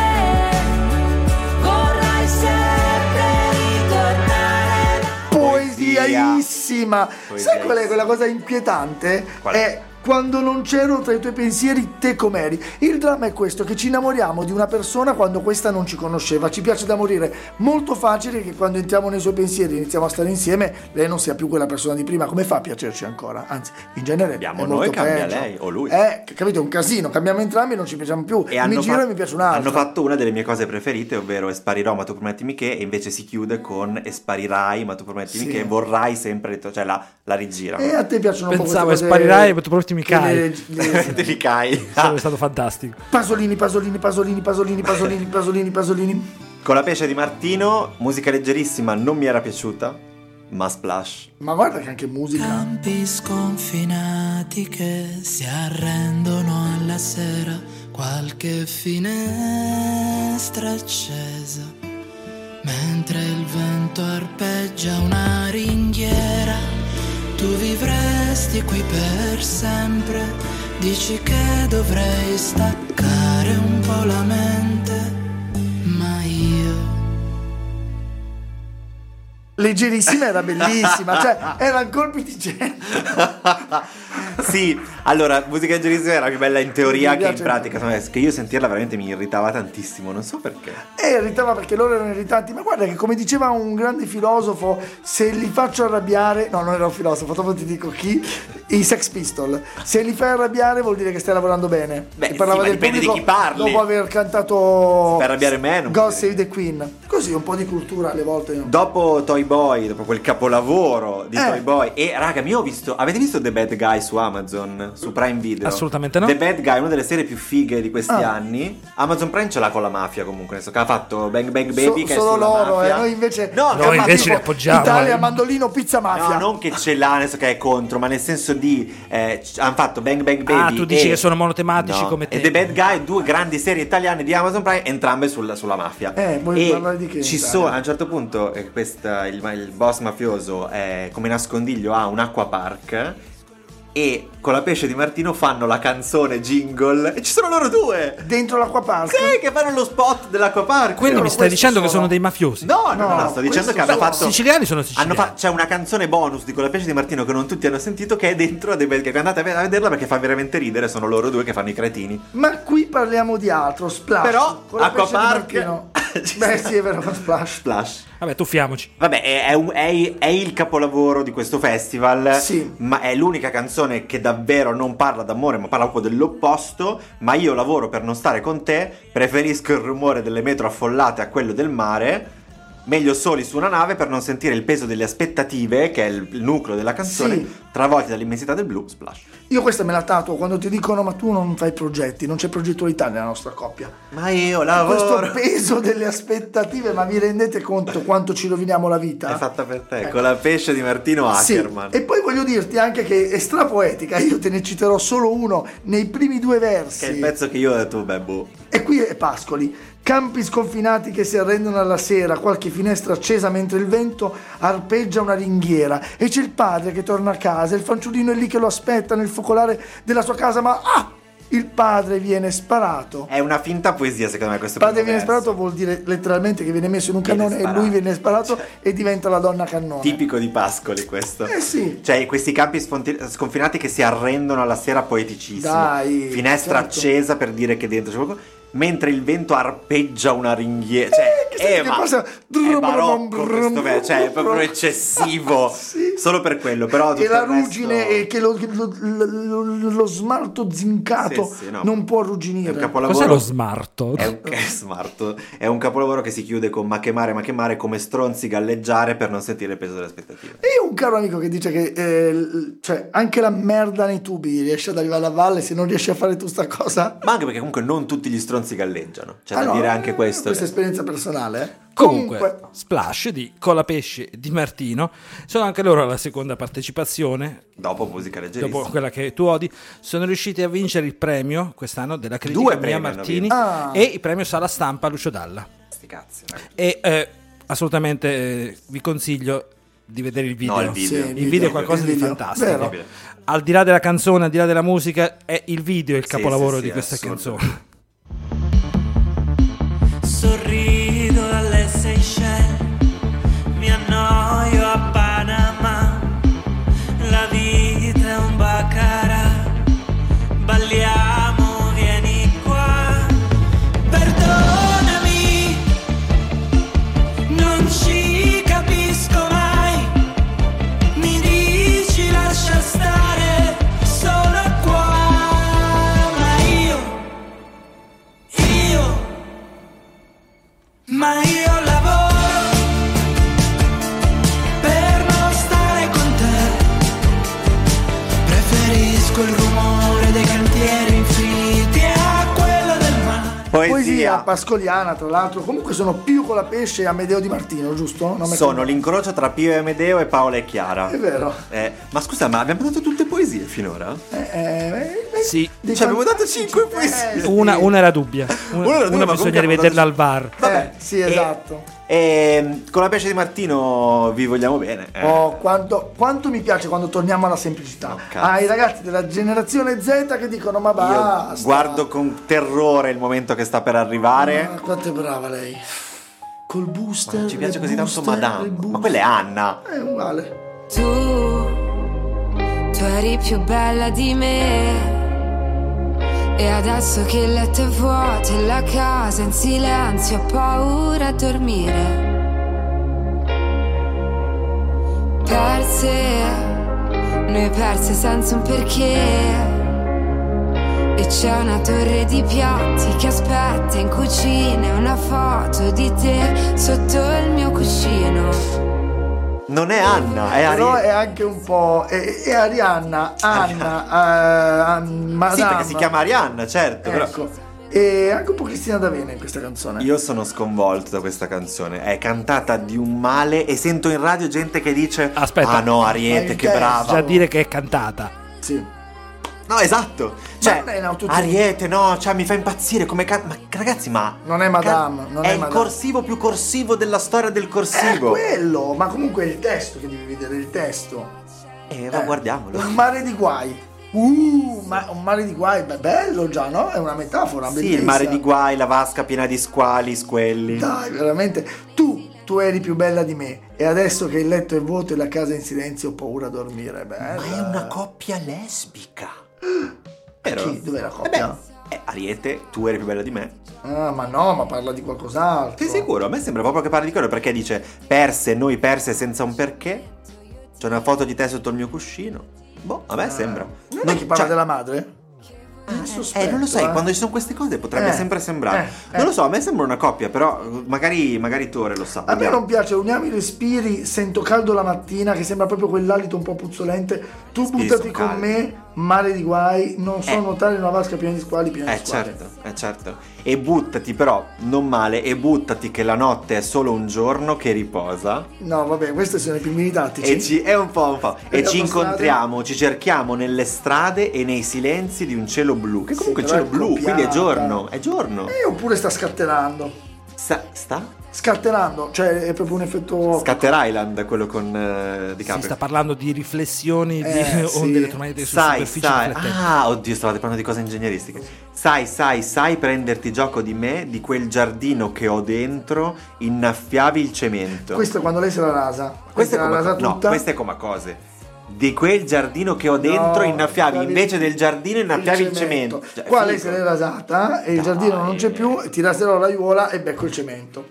vorrai sempre ritornare. Poesiaissima. Poesia. Sai qual è quella cosa inquietante? Qual è? è Quando non c'ero tra i tuoi pensieri, te com'eri. Il dramma è questo, che ci innamoriamo di una persona quando questa non ci conosceva. Ci piace da morire. Molto facile che quando entriamo nei suoi pensieri e iniziamo a stare insieme, lei non sia più quella persona di prima. Come fa a piacerci ancora? Anzi, in genere Abbiamo è noi, molto cambia peggio. lei o lui. Eh, capito? È un casino. Cambiamo entrambi e non ci piacciamo più. E hanno mi giro fa- e mi piace un altro. Hanno fatto una delle mie cose preferite, ovvero sparirò ma tu promettimi che, e invece si chiude con e sparirai ma tu promettimi Sì. che, vorrai sempre, cioè la, la rigirano. E a te piacciono Pensavo, un po' queste cose sparirai, ma tu prometti mi che le- le- Te li cai. Ah, Sarebbe stato fantastico. Pasolini, Pasolini, Pasolini, Pasolini, Pasolini, Pasolini, Pasolini. Con la pesce di Martino, musica leggerissima, non mi era piaciuta, ma splash. Ma guarda che anche musica. Campi sconfinati che si arrendono alla sera, qualche finestra accesa, mentre il vento arpeggia una ringhiera, tu vivresti qui per sempre, dici che dovrei staccare un po' la mente, ma io... Leggerissima era bellissima, cioè erano colpi di genere. sì, allora, musica leggerissima era più bella in teoria Mi che in piace. pratica. insomma, Che io sentirla veramente mi irritava tantissimo, non so perché. E irritava perché loro erano irritanti, ma guarda che come diceva un grande filosofo, se li faccio arrabbiare, no non era un filosofo, dopo ti dico chi, i Sex Pistol, se li fai arrabbiare vuol dire che stai lavorando bene. Beh, E sì, ma dipende di chi parli. Dopo aver cantato... Fai arrabbiare me, non God mi- Save the Queen. Così un po' di cultura alle volte. no? Dopo Toy Boy, dopo quel capolavoro di Eh. Toy Boy, e raga, mi ho visto. Avete visto The Bad Guy su Amazon? Su Prime Video? Assolutamente no. The Bad Guy, una delle serie più fighe di questi Ah. anni. Amazon Prime ce l'ha con la mafia comunque. Nel senso che ha fatto Bang Bang Baby, So- che solo è sulla loro, eh, mafia. noi invece... No, che Noi ma invece tipo li appoggiamo, Italia, eh. mandolino, pizza mafia. No, non che ce l'ha, nel senso che è contro, ma nel senso di. eh, c- hanno fatto Bang Bang Baby. Ah, tu dici e- che sono monotematici No, come te. E The Bad Guy, due grandi serie italiane di Amazon Prime, entrambe sulla, sulla mafia. Eh, vuoi e parlare di che Ci in Italia? sono, a un certo punto, eh, questa- il, ma- il boss mafioso, eh, come nascondiglio, ha un acquapark. E con la pesce di Martino fanno la canzone jingle. E ci sono loro due! Dentro l'acquapark. Sì, che fanno lo spot dell'acquapark. Quindi Però mi stai questi dicendo che sono- sono dei mafiosi? No, no, no, No, sto dicendo questo che hanno sono- fatto. Siciliani sono siciliani. Hanno fa- c'è una canzone bonus di quella pesce di Martino che non tutti hanno sentito che è dentro a dei bel che andate a ve- a vederla perché fa veramente ridere sono loro due che fanno i cretini Ma qui parliamo di altro, Splash. Però, con la pesce di Aquapark- Martino. Ci Beh, sta. sì, è vero, fa Splash. splash Vabbè, tuffiamoci. vabbè è, è un- è- è il capolavoro di questo festival Sì. ma è l'unica canzone che davvero non parla d'amore ma parla un po' dell'opposto ma io lavoro per non stare con te preferisco il rumore delle metro affollate a quello del mare Meglio soli su una nave per non sentire il peso delle aspettative, che è il il nucleo della canzone, Sì. travolti dall'immensità del blu, splash. Io questa me la tatuo quando ti dicono ma tu non fai progetti, non c'è progettualità nella nostra coppia. Ma io Questo lavoro. peso delle aspettative, ma vi rendete conto quanto ci roviniamo la vita? È fatta per te, Ecco. con la pesce di Martino Sì, Ackerman. e poi voglio dirti anche che è strapoetica, io te ne citerò solo uno nei primi due versi. Che è il pezzo che io ho detto, beh, boh. E qui è Pascoli. Campi sconfinati che si arrendono alla sera, qualche finestra accesa mentre il vento arpeggia una ringhiera. E c'è il padre che torna a casa, il fanciullino è lì che lo aspetta nel focolare della sua casa, ma ah! Il padre viene sparato. È una finta poesia, Eh, secondo me, questo Il padre primo viene verso. sparato vuol dire letteralmente che viene messo in un Viene cannone e sparato. lui viene sparato Cioè. e diventa la donna cannone. Tipico di Pascoli questo. Eh sì. Cioè, questi campi sfonti- sconfinati che si arrendono alla sera poeticissimo. Dai, Finestra certo. accesa per dire che dentro c'è qualcosa. Mentre il vento arpeggia una ringhiera. Cioè, Eh, che sai eh, che ma- cosa? È barocco Brum, questo verso, Cioè, è proprio brum. eccessivo. Sì. Solo per quello, però. che tutto la il resto- ruggine e che lo, lo- lo- lo- lo smalto zincato Sì, sì, no. non può È arrugginire. un capolavoro. Cos'è lo smarto? È un, è smart. È un capolavoro che si chiude con ma che mare, ma che mare, come stronzi galleggiare per non sentire il peso delle aspettative. E un caro amico che dice che eh, l- cioè, anche la merda nei tubi riesce ad arrivare alla valle se non riesci a fare tu sta cosa. Ma anche perché comunque non tutti gli stronzi galleggiano. C'è Ah, da no, dire eh, anche questo. Questa è esperienza personale. eh. Comunque, Splash di Colapesce di Martino sono anche loro alla seconda partecipazione Dopo musica leggerissima. dopo quella che tu odi, sono riusciti a vincere il premio quest'anno della critica Due Mia premi Martini hanno vinto. e il premio Sala Stampa Lucio Dalla. Sti cazzi, raga. E eh, assolutamente eh, vi consiglio di vedere il video. No, il video. Sì, il Il video è qualcosa il di video, fantastico. vero. Incredibile. Al di là della canzone, al di là della musica, è il video il Sì, capolavoro sì, sì, di questa assurdo. canzone. Sorrido dalle Seychelles, mi annoio a Panama, la vita è un bacarà, balliamo, vieni qua. Perdonami, non ci capisco mai. Mi dici lascia stare solo qua, ma io, io, ma io lavoro per non stare con te. Preferisco il rumore dei cantieri infiniti a quello del mare. Poesia. Poesia pascoliana, tra l'altro. Comunque sono più con la pesce e Amedeo Di Martino, giusto? Non mi- Sono l'incrocio tra Pio e Amedeo e Paola e Chiara. È vero. Eh, ma scusa, ma abbiamo dato tutte poesie finora? Eh, eh, eh, Sì. dei Ci abbiamo dato fantastici cinque testi. poesie. Una, una era dubbia. Una, Una era dubbia, una ma comunque bisogna abbiamo rivederla dato- al bar. Vabbè. Eh, sì, esatto. E, Ehm, con la pesce di Martino vi vogliamo bene. eh. Oh, Oh, quanto, quanto mi piace quando torniamo alla semplicità. cazzo. Ai ragazzi della generazione Z che dicono ma Io basta. guardo con terrore il momento che sta per Ma arrivare. Eh, quanto è brava lei. Col booster. Ecco. Ma non ci piace le così tanto booster, Madame. le Ma booster. quella è Anna. È uguale. Tu, tu eri più bella di me. E adesso che il letto è vuoto e la casa in silenzio, ho paura a dormire. Perse, noi perse senza un perché. E c'è una torre di piatti che aspetta in cucina una foto di te sotto il mio cuscino. Non è Anna, è Però Anna. è anche un po'. È, è Arianna, Anna, eh, an- Sì, Madame. perché si chiama Arianna, certo. però- Ecco. E anche un po' Cristina D'Avena in questa canzone. Io sono sconvolto da questa canzone. È cantata di un male e sento in radio gente che dice: Aspetta. Ah no, Ma Ariete, il che testo. brava. Già dire che è cantata. Sì. No, esatto. Cioè, non è in autotune. Ariete, no, cioè mi fa impazzire come can- Ma ragazzi, ma. Non è Madame, non è il Madame. Eh, corsivo più corsivo della storia del È corsivo. quello, ma comunque è il testo che devi vedere, il testo. eh, ma Eh, guardiamolo. Un mare di guai. Uh, ma un mare di guai, beh, bello già, no? È una metafora. Sì, il mare di guai, la vasca piena di squali, squelli. Dai, veramente. Tu, tu eri più bella di me. E adesso che il letto è vuoto e la casa è in silenzio, ho paura a dormire. Bella. Ma è una coppia lesbica. Vero? Eh, Chi? Dov'è la coppia? Eh, Ariete, tu eri più bella di me. Ah, ma no, ma parla di qualcos'altro. Sei sicuro? A me sembra proprio che parli di quello perché dice perse, noi perse senza un perché. C'è una foto di te sotto il mio cuscino. Boh, a me sembra. Ah. Non, è che parla cioè, della madre? Il Eh, sospetto, non lo sai, eh. quando ci sono queste cose potrebbe Eh, sempre sembrare. eh, eh. Non lo so, a me sembra una coppia, però eh, magari, magari Tore lo sa. Eh, A me vediamo. non piace, uniamo i respiri, sento caldo la mattina, che sembra proprio quell'alito un po' puzzolente. Tu Respiri buttati sono con caldi. me, mare di guai, non so Eh. nuotare in una vasca piena di squali, piena Eh di squali. certo, eh certo. E buttati però, non male, e buttati che la notte è solo un giorno che riposa. No, vabbè, questi sono i più militatici. E ci, è un po', un po'. E Vediamo ci strade. incontriamo, ci cerchiamo nelle strade e nei silenzi di un cielo blu. Che Sì, comunque il però cielo è blu, quindi è copiata. giorno, è giorno. Eh, oppure sta scatterando. Sa- sta? Scatterando, cioè è proprio un effetto... Scatter Island, quello con eh, Di Si Caprio. sta parlando di riflessioni Eh, di sì. onde elettromagnetiche su sai, superfici sai. riflettenti. Ah, oddio, stavate parlando di cose ingegneristiche. Sai, sai, sai prenderti gioco di me, di quel giardino che ho dentro, innaffiavi il cemento. Questo è quando lei se la rasa. Questa Questa è la come, rasa no, tutta. questa è come cose. Di quel giardino che ho dentro No, innaffiavi, innaffiavi invece del giardino innaffiavi il cemento. Cioè, Qua lei figo. se l'è rasata e il Dai. giardino non c'è più, e tiraserò l'aiuola e becco il cemento.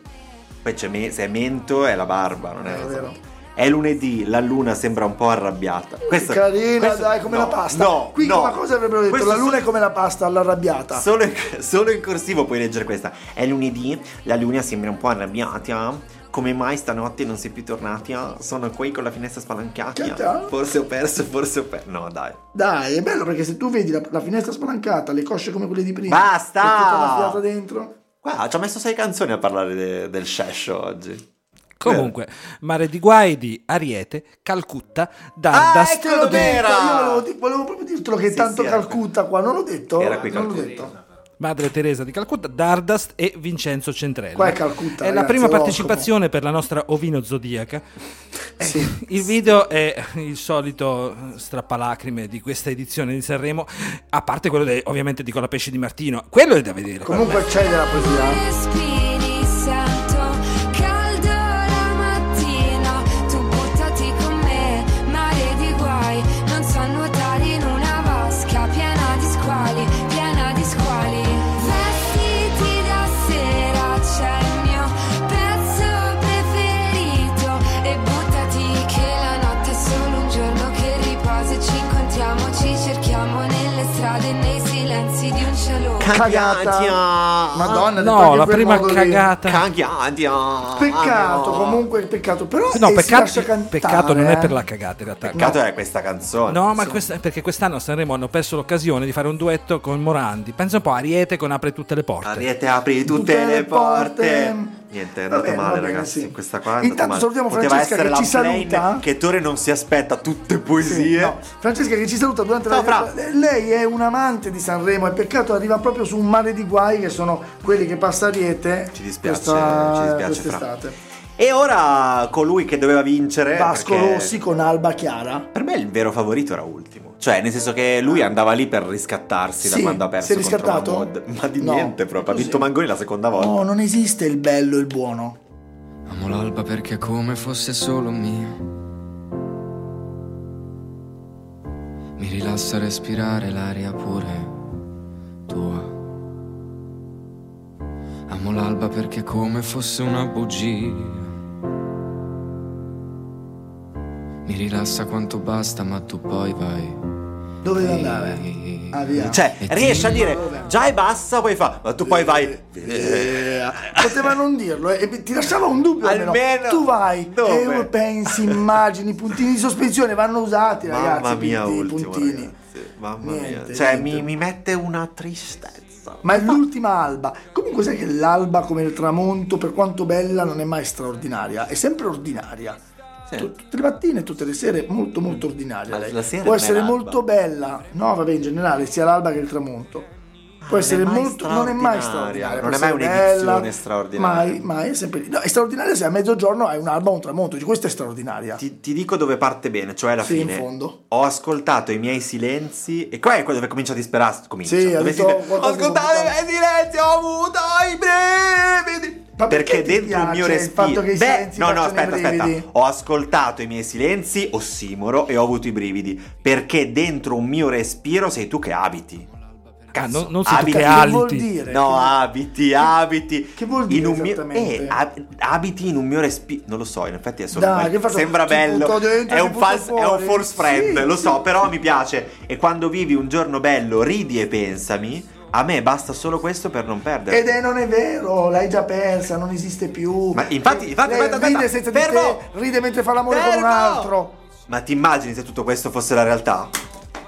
Poi c'è me- se è mento è la barba, non è, È la vero. santa. È lunedì, la luna sembra un po' arrabbiata. Questa, Carina, questa- dai, come no, la pasta. No, Qui no. come cosa avrebbero detto? Questo la luna solo- è come la pasta, all'arrabbiata. Solo in, solo in corsivo puoi leggere questa. È lunedì, la luna sembra un po' arrabbiata. Come mai stanotte non sei più tornati? ah? Sono qui con la finestra spalancata. Chiata. Forse ho perso, forse ho perso. No, dai. Dai, è bello perché se tu vedi la, la finestra spalancata, le cosce come quelle di prima, Basta! e tutta la fiata dentro. Qua ci ho messo sei canzoni a parlare de- del scescio oggi. Comunque, Mare di Guai di Ariete, Calcutta, Ah, Dardas. Eccolo Te l'ho detto, vera! Io volevo, di- volevo proprio dirtelo che Sì, tanto sì, era Calcutta qua, non l'ho detto? Era qui non l'ho Calcutta. detto. Madre Teresa di Calcutta, Dardast e Vincenzo Centrella. Qua è Calcutta, È la ragazzi, prima l'oroscopo. partecipazione per la nostra Ovino Zodiaca. Eh, Sì. Il video è il solito strappalacrime di questa edizione di Sanremo, a parte quello de- ovviamente di Colapesce di Martino. Quello è da vedere. Comunque c'è della poesia. Respiri, sento caldo la mattina, tu buttati con me, mare di guai, non so nuotare in una vasca piena di squali, Cagata. cagata. Madonna, detto No, anche la quel prima modo lì. cagata. Cagata. Ah, Peccato, No. comunque peccato. Però No, eh, si peccato, lascia cantare, peccato non è eh. per la cagata in realtà. Peccato è questa canzone. No, ma questa- perché quest'anno a Sanremo hanno perso l'occasione di fare un duetto con Morandi. Pensa un po' a Ariete con Apre tutte le porte. Ariete Ah, apri tutte, Tutte le le porte. porte. Niente, è Va andata bene, male va bene, ragazzi. sì. Questa qua è andata Intanto male. salutiamo Poteva Francesca essere che la ci plane saluta. Che Tore non si aspetta tutte Sì, poesie. no. Francesca che ci saluta durante Ciao, la Fra. Lei è un amante di Sanremo e peccato arriva proprio su un mare di guai che sono quelli che passa a Riete Ci dispiace, questa- ci dispiace, quest'estate. E ora colui che doveva vincere Vasco perché Rossi con Alba Chiara. Per me il vero favorito era ultimo. Cioè, nel senso che lui andava lì per riscattarsi da Sì, quando ha perso si è contro riscattato? Mahmood. Ma di No, niente proprio. Ha così. vinto Mangoni la seconda volta. No, non esiste il bello e il buono. Amo l'alba perché come fosse solo mia. Mi rilassa respirare l'aria pure tua. Amo l'alba perché come fosse una bugia. Mi rilassa quanto basta, ma tu poi vai. Dove deve andare? Ah, via. Cioè, E riesce a ti- dire già è bassa, poi fa, ma tu poi vai. Eh, Poteva non dirlo eh, e ti lasciava un dubbio almeno. Almeno tu vai dove? e pensi immagini puntini di sospensione vanno usati ragazzi Mamma mia, punti- ultimo. puntini. ragazzi. Mamma mia. Niente, Cioè, mi, niente. mi mette una tristezza. ma è l'ultima alba comunque sai che l'alba come il tramonto per quanto bella non è mai straordinaria è sempre ordinaria Tu- tutte le mattine e tutte le sere molto molto ordinaria Ma lei. la sera può non è essere l'alba. molto bella no vabbè in generale sia l'alba che il tramonto Può Ah, non è essere mai molto. Non è mai straordinaria, straordinaria. non è può mai essere un'edizione bella, straordinaria. Mai, mai, è sempre lì. No, è straordinaria se a mezzogiorno hai un'alba o un tramonto. Dici, questa è straordinaria. Ti, ti dico dove parte bene, cioè alla Sì, in fine. fondo. Ho ascoltato i miei silenzi. E qua è quello dove comincia a disperarsi. Comincia. Sì, ha dove detto si- ho qualcosa di ascoltato i importante. miei silenzi, ho avuto i brividi. Ma perché perché ti dentro il mio piace il respiro. fatto che i Beh, silenzi no, no, facciano i aspetta, aspetta. brividi? Ho ascoltato i miei silenzi, ossimoro, e ho avuto i brividi. Perché dentro un mio respiro sei tu che abiti. Cazzo, Ah, non- non sei tu abiti che Cioè, che vuol alti. dire? No, Che- abiti, abiti. che vuol dire in un mio- esattamente? eh, ab- abiti in un mio respiro. Non lo so, in effetti è solo. Dai, quello. che faccio? Sembra Ti bello. butto dentro, è, ti un butto false, è un fuori? false friend, Sì, lo so, sì, però sì. mi piace. E quando vivi un giorno bello, ridi e pensami. A me basta solo questo per non perdere. Ed è non è vero, l'hai già persa, non esiste più. Eh, Ma infatti, infatti, Lei aspetta, ride aspetta, senza di fermo! te, ride mentre fa l'amore con un Fermo! altro. Ma ti immagini se tutto questo fosse la realtà?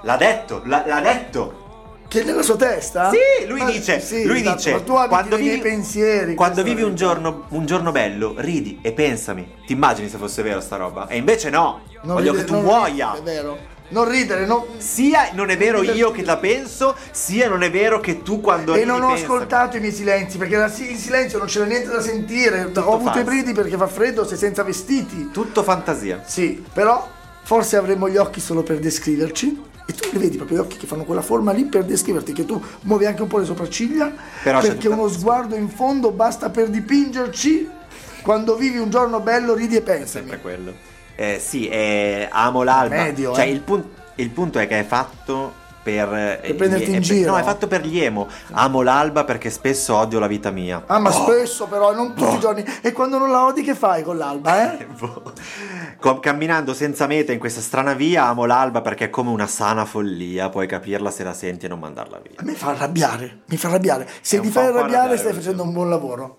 L'ha detto, l'ha, l'ha detto. Che nella sua testa? Sì, lui Ah? Ma- dice, sì, lui esatto, dice ma tu abiti quando nei vivi, miei pensieri. quando questa vivi un vita. giorno, un giorno bello, ridi e pensami. Ti immagini se fosse vero sta roba? E invece no, Non voglio ridere- che tu non muoia. ridere, È vero. Non ridere, non, Sia non è vero io che la penso, sia non è vero che tu quando E ridi non ho pensa. ascoltato i miei silenzi perché la- in silenzio non c'era niente da sentire. Tutto ho avuto falso. i brividi perché fa freddo, sei senza vestiti. Tutto fantasia. Sì, però forse avremmo gli occhi solo per descriverci. E tu li vedi proprio gli occhi che fanno quella forma lì per descriverti, che tu muovi anche un po' le sopracciglia. Però c'è perché tutta- uno sguardo in fondo basta per dipingerci. Quando vivi un giorno bello, ridi e Sempre pensami. quello. Eh, sì, eh, amo l'alba. Medio, cioè, eh. il, pun- il punto è che è fatto per. eh, prenderti gli- in è- giro. No, è fatto per gli emo. Amo l'alba perché spesso odio la vita mia. Ah, ma spesso però, non tutti Oh. i giorni. E quando non la odi, che fai con l'alba, eh? Boh. Com- camminando senza meta in questa strana via, amo l'alba perché è come una sana follia. Puoi capirla se la senti e non mandarla via. A me fa arrabbiare, mi fa arrabbiare. È Se un ti po' fai arrabbiare arrabbiare, stai facendo un buon lavoro.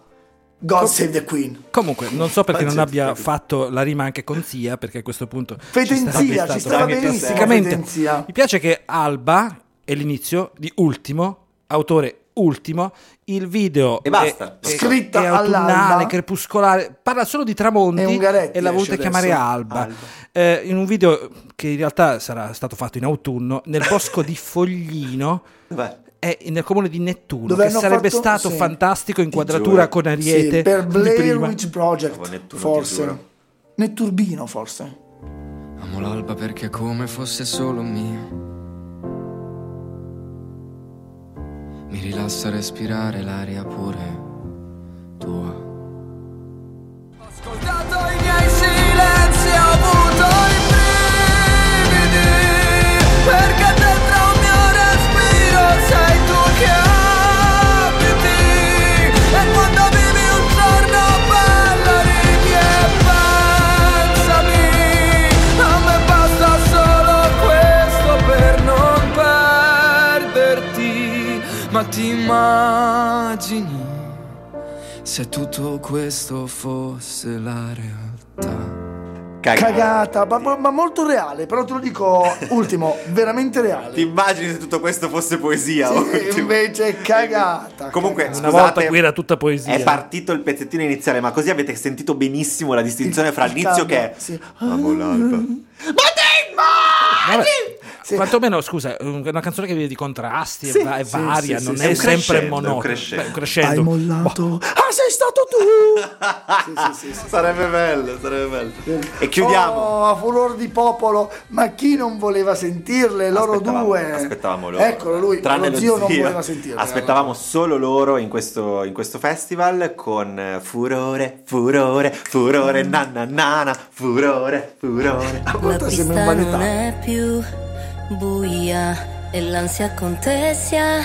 God save the Queen. Comunque, non so perché non Pazzesco, abbia capito. fatto la rima anche con zia, perché a questo punto... ci sta Fetenzia, ci avvistando stava anche benissimo, classicamente. Fetenzia. Mi piace che Alba è l'inizio di Ultimo, autore Ultimo, il video E basta. è, è- Scritta è autunnale, all'alba. crepuscolare, parla solo di tramonti È Ungaretti, e l'ha voluta esce chiamare adesso. Alba. Eh, in un video che in realtà sarà stato fatto in autunno, nel bosco di Foglino... Dov'è? È nel comune di Nettuno, Dove che hanno sarebbe fatto- stato sì. fantastico inquadratura giuro. con Ariete. Sì, per di Blair prima. Witch Bravo, Project, Nettuno, ti forse. giuro. Netturbino, forse. Amo l'alba perché come fosse solo mia. Mi rilassa respirare l'aria pure tua. ascoltato i miei silenzi, ho avuto i brividi Perché dentro un mio respiro sei tu che abiti E quando vivi un giorno bello ridi e pensami A me basta solo questo per non perderti Ma Ma ti immagini se tutto questo fosse la realtà? Cagata, ma, ma- ma molto reale, però te lo dico ultimo, veramente reale. Ti immagini se tutto questo fosse poesia? Sì, Ultimo. invece è cagata. Comunque, Una volta scusate, qui era tutta poesia. è partito il pezzettino iniziale, ma così avete sentito benissimo la distinzione fra Il l'inizio cambio, che è sì. Amo l'alba. Vabbè, Sì. Quantomeno, scusa, è una canzone che vive di contrasti e Sì, va- e sì, varia, sì, non sì, è, sì. È un sempre crescendo, monotona. un crescendo. Beh, un Hai crescendo. mollato. Boh. Ah, sei stato tu! sì, sì, sì, sì. Ah, Sarebbe bello, sarebbe bello. E chiudiamo. Oh, a furor di popolo, ma chi non voleva sentirle? Loro Aspettavamo- due. Aspettavamo loro. Eccolo lui, Tranne lo zio, non voleva sentirle. Aspettavamo solo loro in questo, in questo festival con eh, furore, furore, furore, Mm. na na na na, furore, furore. A La volte sembra un pista non vanità. è più buia e l'ansia contessa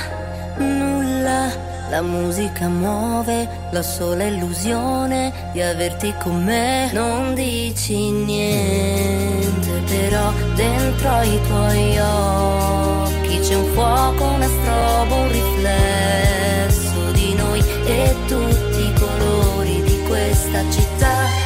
nulla. La musica muove la sola illusione di averti con me. Non dici niente, però dentro i tuoi occhi c'è un fuoco, una strobo, un riflesso di noi e tutti i colori di questa città.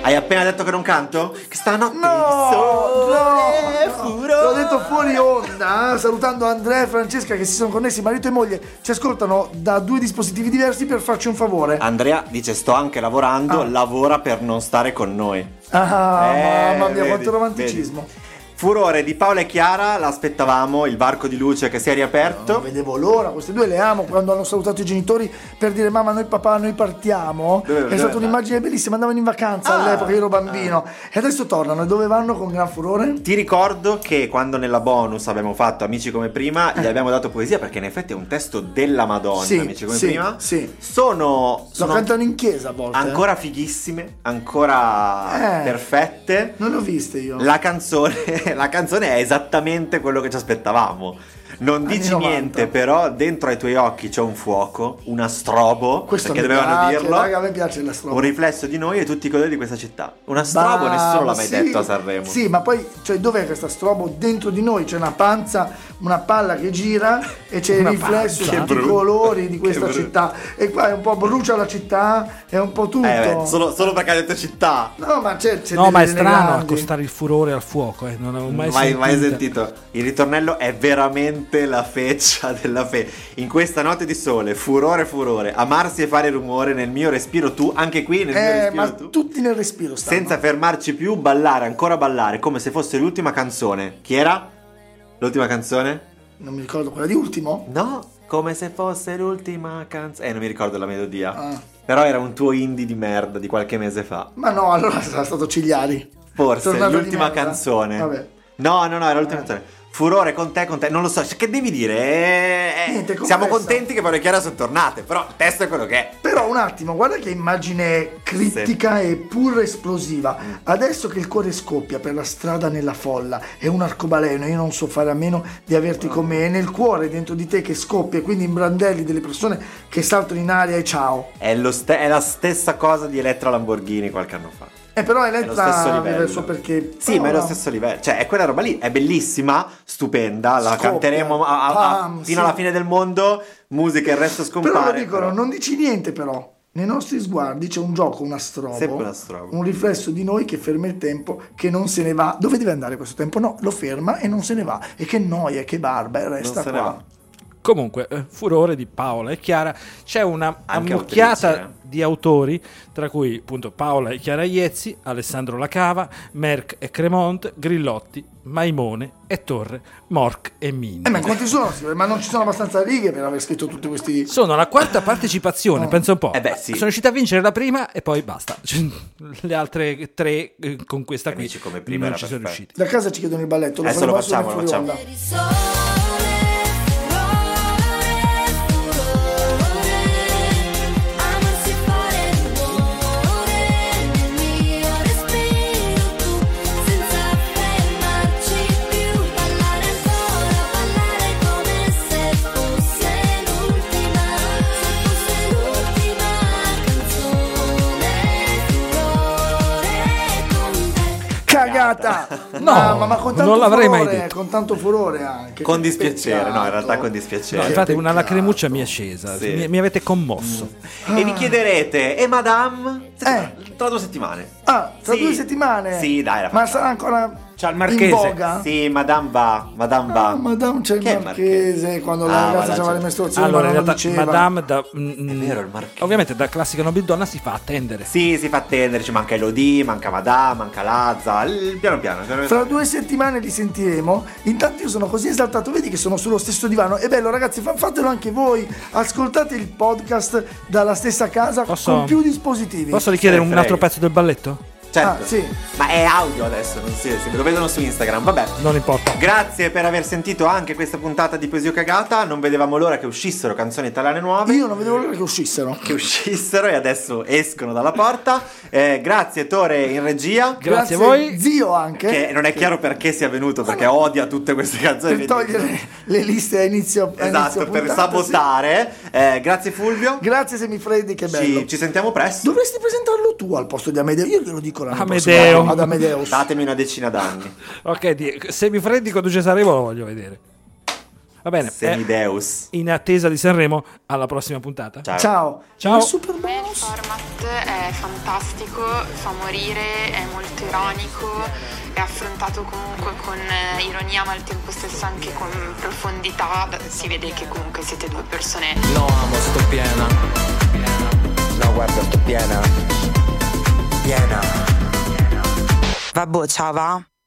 Hai appena detto che non canto? Che stanotte No, sole, Oh, no, no. furore. L'ho detto fuori onda, eh, salutando Andrea e Francesca che si sono connessi, marito e moglie, ci ascoltano da due dispositivi diversi per farci un favore. Andrea dice sto anche lavorando, Ah. lavora per non stare con noi. Ah, Eh, mamma mia, vedi, quanto romanticismo. vedi. Furore di Paola e Chiara, l'aspettavamo, il varco di luce che si è riaperto. Non vedevo l'ora, queste due le amo quando hanno salutato i genitori per dire mamma noi papà noi partiamo. Dove- è dove stata va? un'immagine bellissima, andavano in vacanza Ah, all'epoca, io ero bambino. E adesso tornano e dove vanno con gran furore? Ti ricordo che quando nella bonus abbiamo fatto Amici come prima, gli abbiamo dato poesia perché in effetti è un testo della Madonna, Eh. Sì, Amici come sì, prima. sì. Sono, Lo sono cantano in chiesa a volte. eh. ancora fighissime, ancora Eh. perfette. Non le ho viste io. La canzone, la canzone è esattamente quello che ci aspettavamo. Non Anni dici 90. niente, però dentro ai tuoi occhi c'è un fuoco, una strobo, Questo perché mi dovevano piace, dirlo. raga, a me piace la strobo. Un riflesso di noi e tutti i colori di questa città. Una strobo, Bah, nessuno l'ha mai sì. detto a Sanremo. Sì, ma poi, cioè, dov'è questa strobo? Dentro di noi c'è una panza, una palla che gira e c'è il Una riflesso panza? di tutti Che i brutto. colori di Che questa brutto. città. E qua è un po' brucia la città, è un po' tutto. Eh, beh, solo, solo perché ha detto città. No, ma c'è, c'è No, delle- ma è delle strano grandi. accostare il furore al fuoco, eh, non avevo mai, Mai, mai, sentito. sentito. Il ritornello è veramente la feccia della fe. In questa notte di sole, furore, furore, amarsi e fare rumore nel mio respiro tu, anche qui nel mio Eh, respiro ma tu. tutti nel respiro stanno. Senza fermarci più, ballare, ancora ballare, come se fosse l'ultima canzone. Chi era? L'ultima canzone? Non mi ricordo quella di ultimo. No, come se fosse l'ultima canzone. Eh, non mi ricordo la melodia. Ah. Però era un tuo indie di merda di qualche mese fa. Ma no, allora sarà stato Cigliari. Forse Tornato di l'ultima merda. canzone. Vabbè. Eh. No, no, no, era l'ultima canzone. Furore con te, con te, non lo so, cioè, che devi dire? Eh, eh, Niente, siamo complessa. contenti che Paolo e Chiara sono tornate, però il testo è quello che è. Però un attimo, guarda che immagine criptica e pur Mm. esplosiva. Adesso che il cuore scoppia per la strada nella folla, è un arcobaleno, io non so fare a meno di averti con me, è nel cuore dentro di te che scoppia, quindi in brandelli delle persone che saltano in aria e ciao. È, lo ste- è la stessa cosa di Elettra Lamborghini qualche anno fa. E Eh, però è È lo stesso letta livello. il suo perché... Sì, ma è lo però- stesso livello. Cioè, è quella roba lì, è bellissima, stupenda, la Scoppia. canteremo a- a- a- fino Pam, sì. alla fine del mondo, musica e il resto scompare. Però lo dicono, però- non dici niente però. Nei nostri sguardi c'è un gioco, una strobo, Sempre una strobo. un riflesso di noi che ferma il tempo, che non se ne va. Dove deve andare questo tempo? No, lo ferma e non se ne va. E che noia, che barba, e resta se ne qua. va. Comunque, eh, furore di Paola e Chiara, c'è una Anche ammucchiata autrice, eh. di autori, tra cui appunto Paola e Chiara Iezzi, Alessandro Lacava, Merck e Cremont, Grillotti, Maimone e Torre, Morc e Min. Eh, ma quanti sono? signore? Ma non ci sono abbastanza righe per aver scritto tutti questi. Sono la quarta partecipazione, pensa un po'. Eh beh, sì. Sono riuscita a vincere la prima e poi basta. Cioè, le altre tre eh, con questa qui Amici come prima non era ci sono perfetto. riusciti. Da casa ci chiedono il balletto, lo Adesso lo facciamo, faremo solo lo in fuori facciamo. onda. Per il sole, furore, amarsi fare rumore nel mio respiro tu, senza fermarci più, ballare ancora, ballare come se fosse l'ultima, se fosse l'ultima canzone, furore con te. Cagata, pescata! No, Mamma, ma con tanto non l'avrei mai furore, detto. con tanto furore anche. Esatto. Con Che dispiacere, no, in realtà peccato. con dispiacere. No, Che infatti una peccato. lacrimuccia Esatto. mi è scesa, Sì. mi, mi avete commosso. E vi chiederete, e madame? Ah. Eh. Tra due settimane. Ah, tra Sì. due settimane? Sì, dai, la facciamo. Ma sarà ancora C'ha il in Marchese. voga? Sì, madame va, madame va. Ah, Madame c'è il Che marchese, quando la Ah, ragazza madame aveva le c'è- mestruazioni. Allora, in ma non lo realtà, diceva. Madame, da, mm, mm, vero, il Marchese. ovviamente da classica nobildonna si fa attendere. Sì, si fa attendere, ci manca Elodie, manca Madame, manca Lazza, il- piano piano. cioè, piano Fra piano. due settimane li sentiremo. Intanto io sono così esaltato, vedi che sono sullo stesso divano. È bello, ragazzi, fa- fatelo anche voi. Ascoltate il podcast dalla stessa casa Posso- con più dispositivi. Posso richiedere Se ne un altro frega. pezzo del balletto? Certo. Ah, sì. Ma è audio adesso, non si, si- lo vedono su Instagram, vabbè. Non importa. Grazie per aver sentito anche questa puntata di Poesia Cagata, non vedevamo l'ora che uscissero canzoni italiane nuove. Io non vedevo l'ora che uscissero. Che uscissero e adesso escono dalla porta. Eh, grazie Tore in regia. Grazie a voi. Zio anche. Che non è chiaro perché sia venuto, perché odia tutte queste canzoni. per togliere le liste a inizio a Esatto, inizio per puntata, sabotare. Eh, grazie Fulvio. sì. Grazie Semifreddi, che bello. Ci, ci sentiamo presto. Dovresti presentarlo tu al posto di Amedeo. Io glielo dico l'anno Amedeo. prossimo ad Amedeus. Datemi una decina d'anni. Ok, di- se mi freddi conduce Sanremo lo voglio vedere. Va bene. eh, Semideus. in attesa di Sanremo, alla prossima puntata. Ciao. Ciao. Ciao. Il Superbonus. format è fantastico, fa morire, è molto ironico, è affrontato comunque con eh, ironia ma al tempo stesso anche con profondità, si vede che comunque siete due persone Lo amo, sto piena No, guarda, sto piena. Piena. Vabbè, ciao va.